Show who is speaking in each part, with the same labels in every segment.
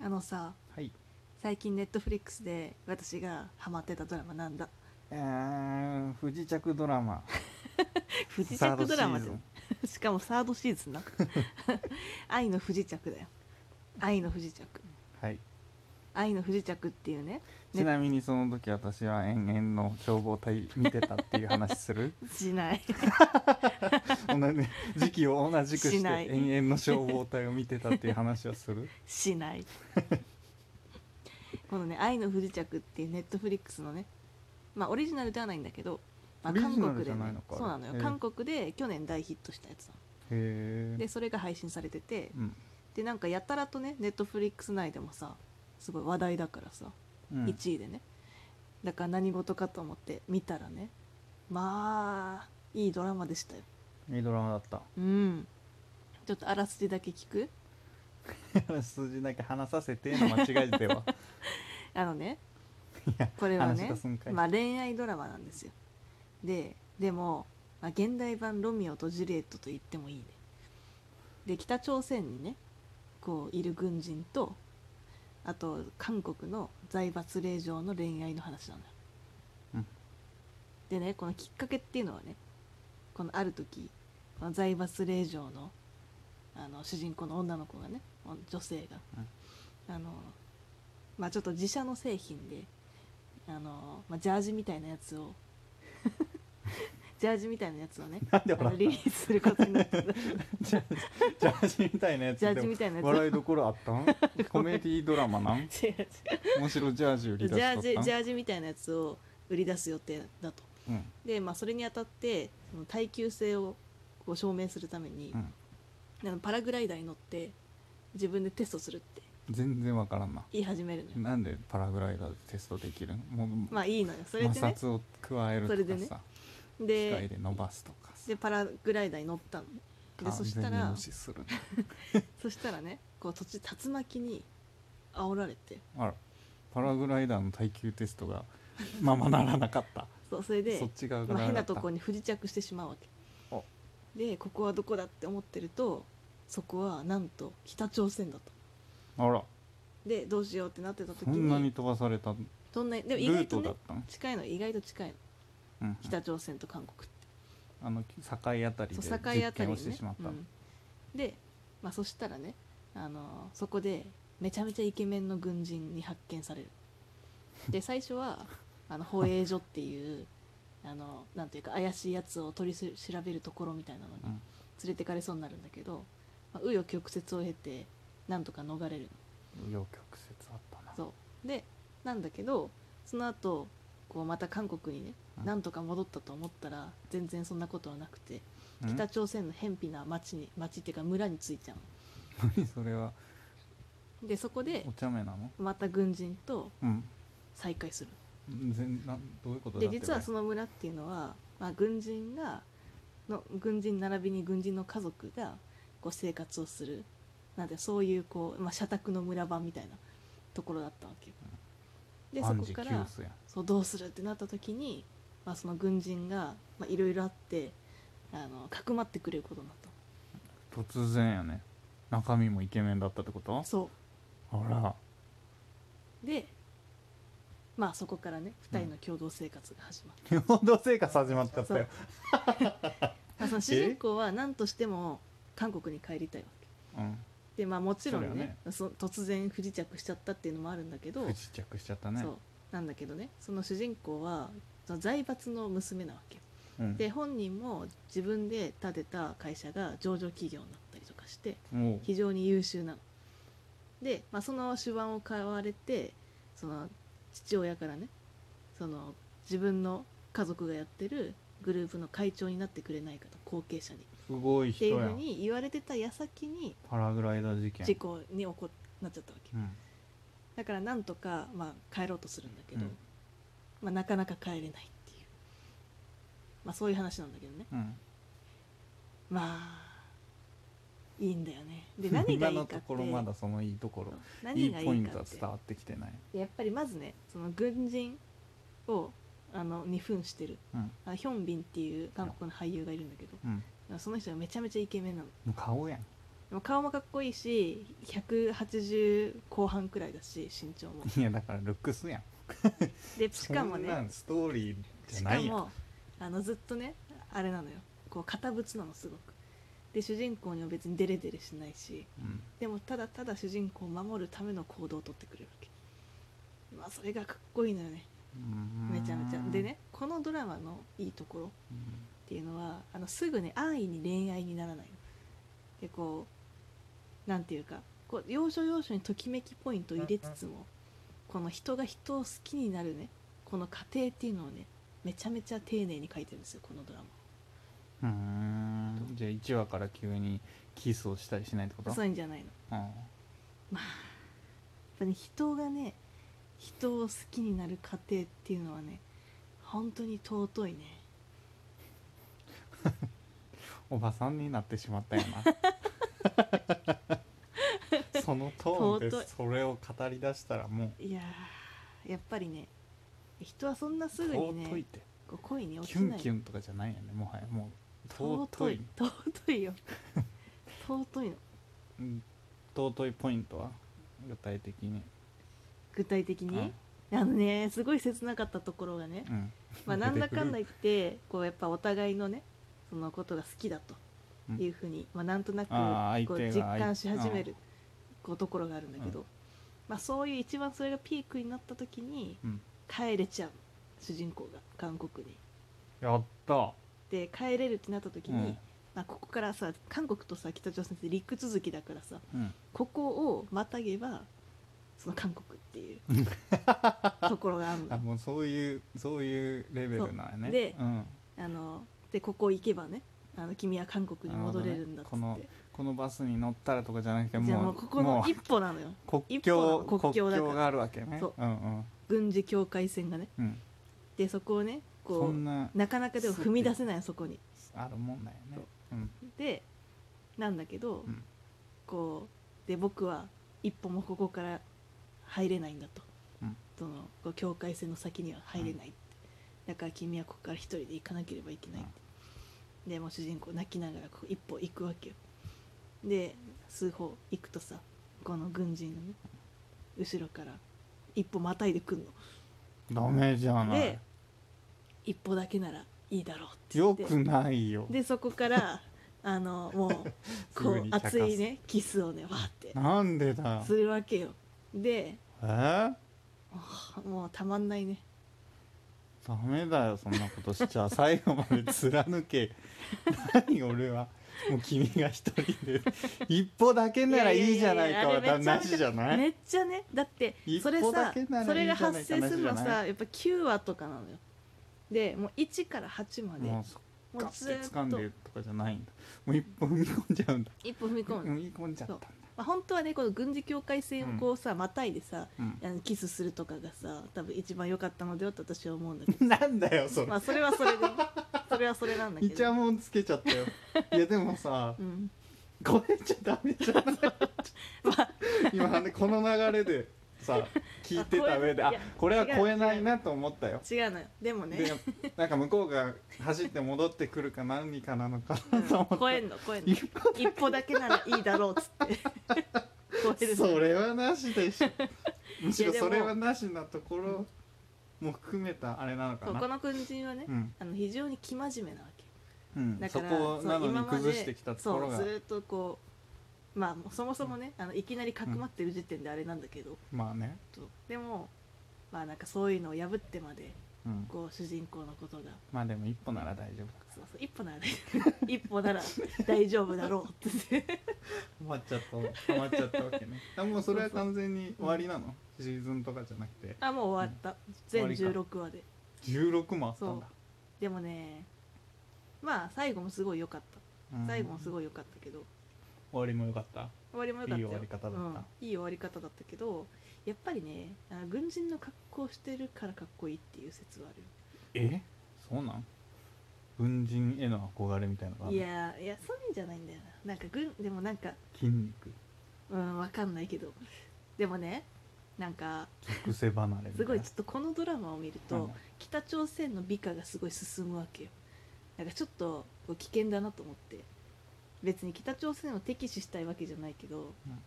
Speaker 1: あのさ
Speaker 2: はい。
Speaker 1: 最近ネットフリックスで私がハマってたドラマなん だ
Speaker 2: えー、不時着ドラマ。
Speaker 1: 不時着ドラマ
Speaker 2: サー
Speaker 1: じゃ
Speaker 2: ドシーズ
Speaker 1: ん
Speaker 2: ン
Speaker 1: しかもサードシーズンな 愛の不時着だよ愛の不時着
Speaker 2: はい。
Speaker 1: 愛の不時着っていうね
Speaker 2: ちなみにその時私は延々の消防隊見てたっていう話 する
Speaker 1: しない
Speaker 2: 同じ時期を同じく
Speaker 1: し
Speaker 2: して
Speaker 1: ない
Speaker 2: 延々の消防隊を見てたっていう話は する
Speaker 1: しない このね「愛の不時着」っていうネットフリックスのねまあオリジナルではないんだけど、まあ、
Speaker 2: オリ
Speaker 1: 韓
Speaker 2: ジナル
Speaker 1: 国
Speaker 2: じ
Speaker 1: で
Speaker 2: ゃない
Speaker 1: ね
Speaker 2: のか
Speaker 1: そうなのよ、
Speaker 2: ええ
Speaker 1: 韓国で去年大ヒットしたやつな
Speaker 2: へ
Speaker 1: の
Speaker 2: え
Speaker 1: で、それが配信されてて
Speaker 2: うん
Speaker 1: でなんかやたらとねネットフリックス内でもさすごい話題だからさ、
Speaker 2: うん、
Speaker 1: 1位でねだから何事かと思って見たらねまあいいドラマでしたよ
Speaker 2: いいドラマだ った
Speaker 1: うんちょっとあらすじだけ聞く
Speaker 2: 数字だけ話させての間違いでは
Speaker 1: あのね
Speaker 2: いや
Speaker 1: これは
Speaker 2: 話
Speaker 1: ね
Speaker 2: がすんかい
Speaker 1: まあ、恋愛ドラマなんですよででも、まあ、現代版「ロミオとジュリエット」と言ってもいいねで北朝鮮にねこういる軍人とあと韓国の財閥令嬢の恋愛の話なのよ、
Speaker 2: うん
Speaker 1: でねこのきっかけっていうのはねこのある時この財閥令嬢のあの主人公の女の子がね女性が、あのまあちょっと自社の製品であの、まあ、ジャージみたいなやつをジャージみたいなやつを ね
Speaker 2: なんで
Speaker 1: あの
Speaker 2: 笑った
Speaker 1: リリースすることになった
Speaker 2: ジャジャージみたいなやつ
Speaker 1: ジャー
Speaker 2: で
Speaker 1: ジ
Speaker 2: も
Speaker 1: みたいなやつを
Speaker 2: 笑いどころあっ たんコメディドラマなん
Speaker 1: 違う違う
Speaker 2: むしろジャージ売り出
Speaker 1: ジ
Speaker 2: しとった
Speaker 1: ャ
Speaker 2: ん
Speaker 1: ージジャージみたいなやつを売り出す予定だと
Speaker 2: うん
Speaker 1: で、まあ、それにあたってその耐久性をこう証明するために
Speaker 2: う、ん
Speaker 1: あのパラグライダーに乗って自分でテストするって
Speaker 2: 全然わからんな
Speaker 1: 言い始めるのよ
Speaker 2: なんでパラグライダーでテストできるのもう、
Speaker 1: まあいいのよそれ
Speaker 2: 摩
Speaker 1: でね
Speaker 2: 擦を加えると
Speaker 1: それで
Speaker 2: か
Speaker 1: ね
Speaker 2: さ、機械
Speaker 1: で
Speaker 2: で伸ばすとかさ
Speaker 1: でパラグライダーに乗ったのでそした
Speaker 2: 完全に
Speaker 1: ら
Speaker 2: 無視するね
Speaker 1: そしたらねこう途中竜巻に煽られて
Speaker 2: あらパラグライダーの耐久テス トがままならなかった
Speaker 1: そうそれで
Speaker 2: そっち側が
Speaker 1: まあ、変な
Speaker 2: なか
Speaker 1: と
Speaker 2: った、
Speaker 1: こに不時着してしまうわけ
Speaker 2: お
Speaker 1: でここはどこだって思ってるとそこはなんと北朝鮮だと
Speaker 2: あら
Speaker 1: でどうしようってなってた時
Speaker 2: そ
Speaker 1: に
Speaker 2: んなに飛ばされた
Speaker 1: どんなでも
Speaker 2: ル
Speaker 1: 意
Speaker 2: ー
Speaker 1: 外と
Speaker 2: トだ
Speaker 1: ね
Speaker 2: ったの、
Speaker 1: 近いの意外と近いの
Speaker 2: うん、
Speaker 1: 北朝鮮と韓国って
Speaker 2: あの境あたり
Speaker 1: そ
Speaker 2: で
Speaker 1: う境あ
Speaker 2: 実
Speaker 1: たり
Speaker 2: 験を
Speaker 1: に
Speaker 2: して
Speaker 1: ね
Speaker 2: しまった、
Speaker 1: うんで、まあ、そしたらね、あのーそこでめちゃめちゃイケメンの軍人に発見されるで最初 はあの保衛所っていうあのなんていうか怪しいやつを取りす調べるところみたいなのに
Speaker 2: うん
Speaker 1: 連れてかれそうになるんだけど、まあ、紆余曲折を経てなんとか逃れるの
Speaker 2: 紆余曲折あったな
Speaker 1: そうでなんだけどその後こうまた韓国にね、
Speaker 2: うん
Speaker 1: なんとか戻ったと思ったら全然そんなことはなくて
Speaker 2: うん
Speaker 1: 北朝鮮の偏僻な町に町っていうか村に着いちゃう
Speaker 2: 何それは
Speaker 1: のでそこで
Speaker 2: お茶目なの
Speaker 1: また軍人と
Speaker 2: うん
Speaker 1: 再会する
Speaker 2: 全なんどういうことだ
Speaker 1: で
Speaker 2: って
Speaker 1: 実はその村っていうのは、まあ、軍人がの軍人並びに軍人の家族がこう生活をするなんでそういうこう、まあ、社宅の村版みたいなところだったわけよでそ
Speaker 2: 万
Speaker 1: こ
Speaker 2: 事
Speaker 1: から
Speaker 2: 休すやん
Speaker 1: そうどうするってなった時に、まあ、その軍人がまあいろいろあってあのかくまってくれることになった
Speaker 2: 突然やね中身もイケメンだったってこと
Speaker 1: のそう
Speaker 2: ほら
Speaker 1: でまあそこからね2人の共同生活が始まる、
Speaker 2: 共同生活始まっちゃったよ
Speaker 1: まあ、その主人公は何としても韓国に帰りたいわけ
Speaker 2: うん
Speaker 1: でまあもちろん
Speaker 2: それは
Speaker 1: ねそ突然不時着しちゃったっていうのもあるんだけど、
Speaker 2: 不時着しちゃったね
Speaker 1: そうなんだけどねその主人公はその財閥の娘なわけ
Speaker 2: うん
Speaker 1: で本人も自分で建てた会社が上場企業になったりとかして
Speaker 2: もう
Speaker 1: 非常に優秀なの。で、まあ、その手腕を買われてその父親からねその自分の家族がやってるグループの会長になってくれないかと後継者に。っ
Speaker 2: すごい人
Speaker 1: ていう
Speaker 2: や
Speaker 1: ふうんに言われてた矢先に
Speaker 2: パラグライダー事件
Speaker 1: 事故に起こなっちゃったわけ
Speaker 2: うん
Speaker 1: だからなんとか、まあ、帰ろうとするんだけど、
Speaker 2: うん
Speaker 1: まあ、なかなか帰れないっていう、まあ、そういう話なんだけどね
Speaker 2: うん
Speaker 1: まあいいんだよねで何がいいか
Speaker 2: 今
Speaker 1: っ
Speaker 2: の
Speaker 1: て
Speaker 2: ところまだそのいいところい
Speaker 1: 何
Speaker 2: い
Speaker 1: が
Speaker 2: ポイ
Speaker 1: いい
Speaker 2: ン
Speaker 1: か
Speaker 2: ト
Speaker 1: っ
Speaker 2: は
Speaker 1: て
Speaker 2: 伝わってきてない
Speaker 1: やっぱりまずねその軍人をあのに扮してる
Speaker 2: うん
Speaker 1: あヒョンビンっていう韓国の俳優がいるんだけど
Speaker 2: うん
Speaker 1: その人がめちゃめちゃイケメンなの
Speaker 2: もう顔やん
Speaker 1: でも顔もかっこいいし180後半くらいだし身長も
Speaker 2: いやだからルックスやん
Speaker 1: でしかも
Speaker 2: そんな
Speaker 1: ね
Speaker 2: んストーリーじゃ
Speaker 1: し
Speaker 2: な
Speaker 1: か
Speaker 2: いやん
Speaker 1: もあのずっとねあれなのよこう堅物なのすごくで主人公には別にデレデレしないし
Speaker 2: うん
Speaker 1: でもただただ主人公を守るための行動をとってくれるわけまあそれがかっこいいのよね
Speaker 2: うん
Speaker 1: めちゃめちゃでねこのドラマのいいところ
Speaker 2: うん
Speaker 1: っていうのはあのすぐね安易に恋愛にならないのでこうなんていうかこう要所要所にときめきポイントを入れつつもこの人が人を好きになるねこの過程っていうのをねめちゃめちゃ丁寧に書いてるんですよこのドラ
Speaker 2: うーんじゃあ1話から急にキスをしたりしないってこと
Speaker 1: マそういうんじゃないのやっ
Speaker 2: うん
Speaker 1: ぱね人がね人を好きになる過程っていうのはね本当に尊いね
Speaker 2: おばさんになってしまったよ なそのトー
Speaker 1: 尊
Speaker 2: ン
Speaker 1: い
Speaker 2: でそれを語り出したらも
Speaker 1: いやーやっぱりね人はそんなす
Speaker 2: う
Speaker 1: ぐに
Speaker 2: 尊い
Speaker 1: ね
Speaker 2: って
Speaker 1: こう恋に落
Speaker 2: キ
Speaker 1: ち
Speaker 2: ュ
Speaker 1: な
Speaker 2: ン
Speaker 1: い
Speaker 2: キュンとかじゃないよねもはやもう尊
Speaker 1: 尊
Speaker 2: い
Speaker 1: い尊 いよ尊いの
Speaker 2: うん尊いポイントは具体的に
Speaker 1: 具体的に、あのねすごい切なかったところがね
Speaker 2: う、ん
Speaker 1: まあ、なんだかんだ
Speaker 2: 出て
Speaker 1: 言ってこうやっぱお互いのねそのことが好きだと
Speaker 2: うん
Speaker 1: いうふうに、まあ、なんとなく
Speaker 2: あー
Speaker 1: こう
Speaker 2: 相手が
Speaker 1: 実感し始めるこうところがあるんだけど、
Speaker 2: う
Speaker 1: まあ、そういう一番それがピークになった時に
Speaker 2: くるうん
Speaker 1: 帰れちゃう主人公が韓国に。
Speaker 2: やった
Speaker 1: で帰れるってなった時に、
Speaker 2: うん
Speaker 1: まあ、ここからさ韓国とさ北朝鮮って陸続きだからさ
Speaker 2: うん
Speaker 1: ここをまたげばその韓国っていう ところがある
Speaker 2: あ
Speaker 1: の
Speaker 2: もうそういうそういうレベルなんや
Speaker 1: そう
Speaker 2: ね
Speaker 1: で
Speaker 2: うん、
Speaker 1: あのでここ行けばねあの君は韓国に戻れるんだっつって、
Speaker 2: なるほどねこのバスに乗ったらとかじゃなくて
Speaker 1: じゃあ
Speaker 2: も
Speaker 1: も
Speaker 2: う
Speaker 1: うここの
Speaker 2: も
Speaker 1: 一歩なのよ
Speaker 2: う国
Speaker 1: 一
Speaker 2: 境
Speaker 1: 歩の国
Speaker 2: 国
Speaker 1: 境
Speaker 2: 境
Speaker 1: だから
Speaker 2: があるわけね
Speaker 1: そうん
Speaker 2: うん
Speaker 1: 軍事境界線がね
Speaker 2: うん
Speaker 1: でそこをね
Speaker 2: そ
Speaker 1: こ
Speaker 2: んな
Speaker 1: うなかなかでも踏み出せないのそこに
Speaker 2: あるもんだよねうん
Speaker 1: でなんだけど、
Speaker 2: うん
Speaker 1: こうで僕は一歩もここから入れないんだと、
Speaker 2: うん
Speaker 1: そのこう境界線の先には入れないって、だから君はここから一人で行かなければいけないって、でもう主人公泣きながらこう一歩行くわけよで数歩行くとさこの軍人のね後ろから一歩またいでくん
Speaker 2: ダメじゃ
Speaker 1: の
Speaker 2: な
Speaker 1: で
Speaker 2: い
Speaker 1: 一歩だけならいいだろうって言
Speaker 2: よ
Speaker 1: って
Speaker 2: くないよ
Speaker 1: でそこから あのもうこ
Speaker 2: すぐ
Speaker 1: う
Speaker 2: に茶化す
Speaker 1: 熱いねキスをねわーって
Speaker 2: なんでだ
Speaker 1: するわけよで
Speaker 2: えー、
Speaker 1: あもうたまんないね
Speaker 2: ダメだよそんなことしちゃ最後まで貫 け何俺はもう君が一人で一歩だけならいいじゃないかはだなしじゃない
Speaker 1: めっちゃねだって
Speaker 2: 一
Speaker 1: それ
Speaker 2: 歩だ
Speaker 1: さ
Speaker 2: けならいい
Speaker 1: それが
Speaker 2: じゃ
Speaker 1: 発
Speaker 2: ない
Speaker 1: 生するの
Speaker 2: 話じゃな
Speaker 1: さやっぱ9話とかなのよでもう1から8まで
Speaker 2: もう
Speaker 1: も
Speaker 2: そっ
Speaker 1: う
Speaker 2: かって
Speaker 1: ずー
Speaker 2: 掴
Speaker 1: っ
Speaker 2: ん
Speaker 1: と
Speaker 2: でとかじゃないんだもう一歩踏み込んじゃうんだ
Speaker 1: 一歩踏み込む、
Speaker 2: 踏み込んじゃったんだ
Speaker 1: まあ、本当はねこの軍事境界線をこうさまたいでさ
Speaker 2: うん
Speaker 1: あのキスするとかがさ多分一番良かったのではと私は思うんだけ
Speaker 2: なんだよそ
Speaker 1: ど
Speaker 2: れ
Speaker 1: まあそれはそれでそれはそれなんだけ
Speaker 2: イチャ
Speaker 1: ど、
Speaker 2: モンつけちゃった よいやでもさ
Speaker 1: うん、
Speaker 2: これじゃダメじゃない
Speaker 1: まあ
Speaker 2: 今ねこの流れでさ聞いてた上で
Speaker 1: あ
Speaker 2: あ
Speaker 1: これいや
Speaker 2: これは
Speaker 1: 違う
Speaker 2: 超えないなと思ったよ
Speaker 1: 違うのよでもね
Speaker 2: でなんか向こうが走って戻ってくるか何かなのか
Speaker 1: う
Speaker 2: なんと思
Speaker 1: 超
Speaker 2: っ
Speaker 1: え
Speaker 2: て、
Speaker 1: んの超えんの一歩だけならいいだろうっつ って超えるの
Speaker 2: それはなし でしょむしろ
Speaker 1: いやで
Speaker 2: そ
Speaker 1: も
Speaker 2: れはなしなところも含めたあれなの
Speaker 1: そ
Speaker 2: か
Speaker 1: うこ
Speaker 2: な
Speaker 1: の軍人はね、
Speaker 2: うん、
Speaker 1: あの非常に生真面目なわけ
Speaker 2: うん、
Speaker 1: だ
Speaker 2: そ
Speaker 1: から
Speaker 2: こな
Speaker 1: そ
Speaker 2: の
Speaker 1: う
Speaker 2: に
Speaker 1: 今まで
Speaker 2: 崩してきたところが
Speaker 1: そうずっとこうまあもうそもそもね、あのいきなりかくまってる時点であれなんだけど、
Speaker 2: まあね、
Speaker 1: そうでもまあなんかそういうのを破ってまで
Speaker 2: うん、
Speaker 1: こう主人公のことが
Speaker 2: まあでも一歩なら大丈夫だ
Speaker 1: そうそう一歩 なら一歩なら大丈夫だろうって言って
Speaker 2: 終わっちゃった終わっちゃったわけ ねでもそれは完全に終わりなのシーズンとかじゃなくて
Speaker 1: あもう終わった、
Speaker 2: 終
Speaker 1: 全
Speaker 2: わりか
Speaker 1: 16話で
Speaker 2: 16もあったんだ
Speaker 1: でもねまあ最後もすごい良かった
Speaker 2: うん
Speaker 1: 最後もすごい良かったけど、
Speaker 2: 終わりもよかった
Speaker 1: 終わりも良かったよ
Speaker 2: いい終わり方だった
Speaker 1: うん、いい終わり方だったけどやっぱりねあ軍人の格好をしてるからかっこいいっていう説はある
Speaker 2: えそうなん軍人への憧れみたいなのがあ
Speaker 1: い
Speaker 2: る
Speaker 1: やーいやそういうんじゃないんだよななんか軍でもなんか
Speaker 2: 筋肉
Speaker 1: うんわかんないけどでもねなんか
Speaker 2: 熟成離 れみたいな
Speaker 1: すごいちょっとこのドラマを見ると、
Speaker 2: うん
Speaker 1: 北朝鮮の美化がすごい進むわけよなんかちょっとこう危険だなと思って別に北朝鮮を敵視したいわけじゃないけど、
Speaker 2: うん
Speaker 1: やっ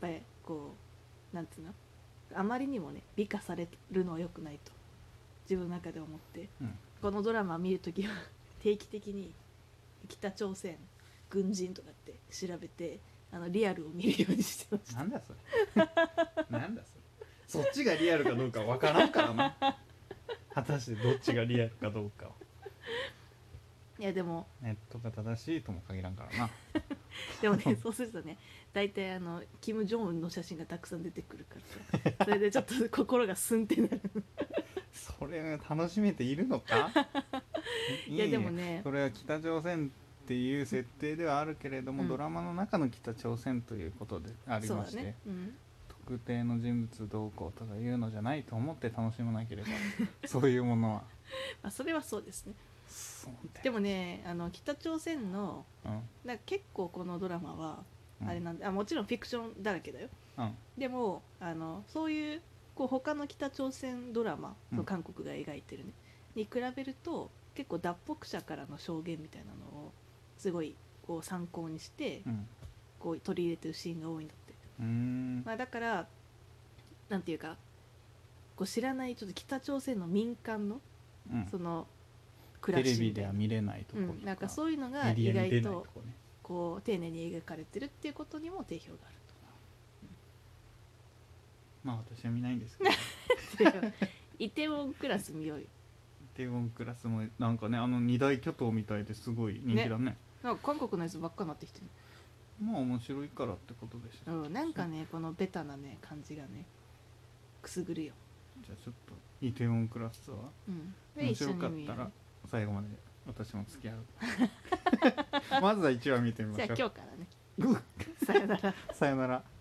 Speaker 1: ぱりこうなんつうのあまりにもね美化されるのは良くないと自分の中で思って
Speaker 2: うん
Speaker 1: このドラマ見るときは 定期的に北朝鮮軍人とかって調べてあのリアルを見るようにしてまし
Speaker 2: なんだそれ なんだそれそっちがリアルかどうかわからんからな果たしてどっちがリアルかどうかは
Speaker 1: たいやでも
Speaker 2: ネットが正しいとも限らんからな
Speaker 1: でもねそうするとね大体あのキム・ジョンウンの写真がたくさん出てくるからさそ れでちょっと心がすんってなる
Speaker 2: それが楽しめているのか い
Speaker 1: いやでもね
Speaker 2: それは北朝鮮っていう設定ではあるけれども、
Speaker 1: うん
Speaker 2: ドラマの中の北朝鮮ということであり
Speaker 1: そう
Speaker 2: ま
Speaker 1: だ
Speaker 2: して、
Speaker 1: ね、うん、
Speaker 2: 特定の人物どうこうとかいうのじゃないと思って楽しまなけれ ばそういうものは
Speaker 1: あそれはそうですね
Speaker 2: そうだよ
Speaker 1: でもねあの北朝鮮のなんか結構このドラマは
Speaker 2: うん
Speaker 1: あれなんで、あもちろんフィクションだらけだよ
Speaker 2: うん
Speaker 1: でもあのそういうこう他の北朝鮮ドラマ、
Speaker 2: うん
Speaker 1: その韓国が描いてるねに比べると結構脱北者からの証言みたいなのをすごいこう参考にして、
Speaker 2: うん
Speaker 1: こう取り入れてるシーンが多いんだって、
Speaker 2: うーん
Speaker 1: まあ、だからなんていうかこう知らないちょっと北朝鮮の民間の
Speaker 2: うん
Speaker 1: その暮
Speaker 2: テ
Speaker 1: ら
Speaker 2: レ
Speaker 1: し
Speaker 2: ビ
Speaker 1: みた
Speaker 2: で
Speaker 1: いな
Speaker 2: は見れないところと
Speaker 1: うん、なんかそういうのが
Speaker 2: メディ
Speaker 1: 意
Speaker 2: アに出
Speaker 1: 外
Speaker 2: ない
Speaker 1: と
Speaker 2: とこね
Speaker 1: こう丁寧に描かれてるっていうことにも定評がある
Speaker 2: まあ私は見ないんです けど
Speaker 1: イテウォンクラス見ようよ
Speaker 2: テウォンクラスもなんかねあの二大巨頭みたいですごい人気だね
Speaker 1: なんか韓国のやつばっかなってきて
Speaker 2: まあ面白いからってことでし
Speaker 1: る、
Speaker 2: ょ、
Speaker 1: うん、なんかねこのベタなね感じがねくすぐるよ、
Speaker 2: じゃあちょっとイテウォンクラスは
Speaker 1: うん、で
Speaker 2: 面白かっ
Speaker 1: 一緒に見よ
Speaker 2: た
Speaker 1: う
Speaker 2: ら最後まで私も付き合う まずは1話見てみま
Speaker 1: じ
Speaker 2: し
Speaker 1: ゃあ
Speaker 2: ょう
Speaker 1: 今日からね
Speaker 2: うっ
Speaker 1: さよなら
Speaker 2: さよなら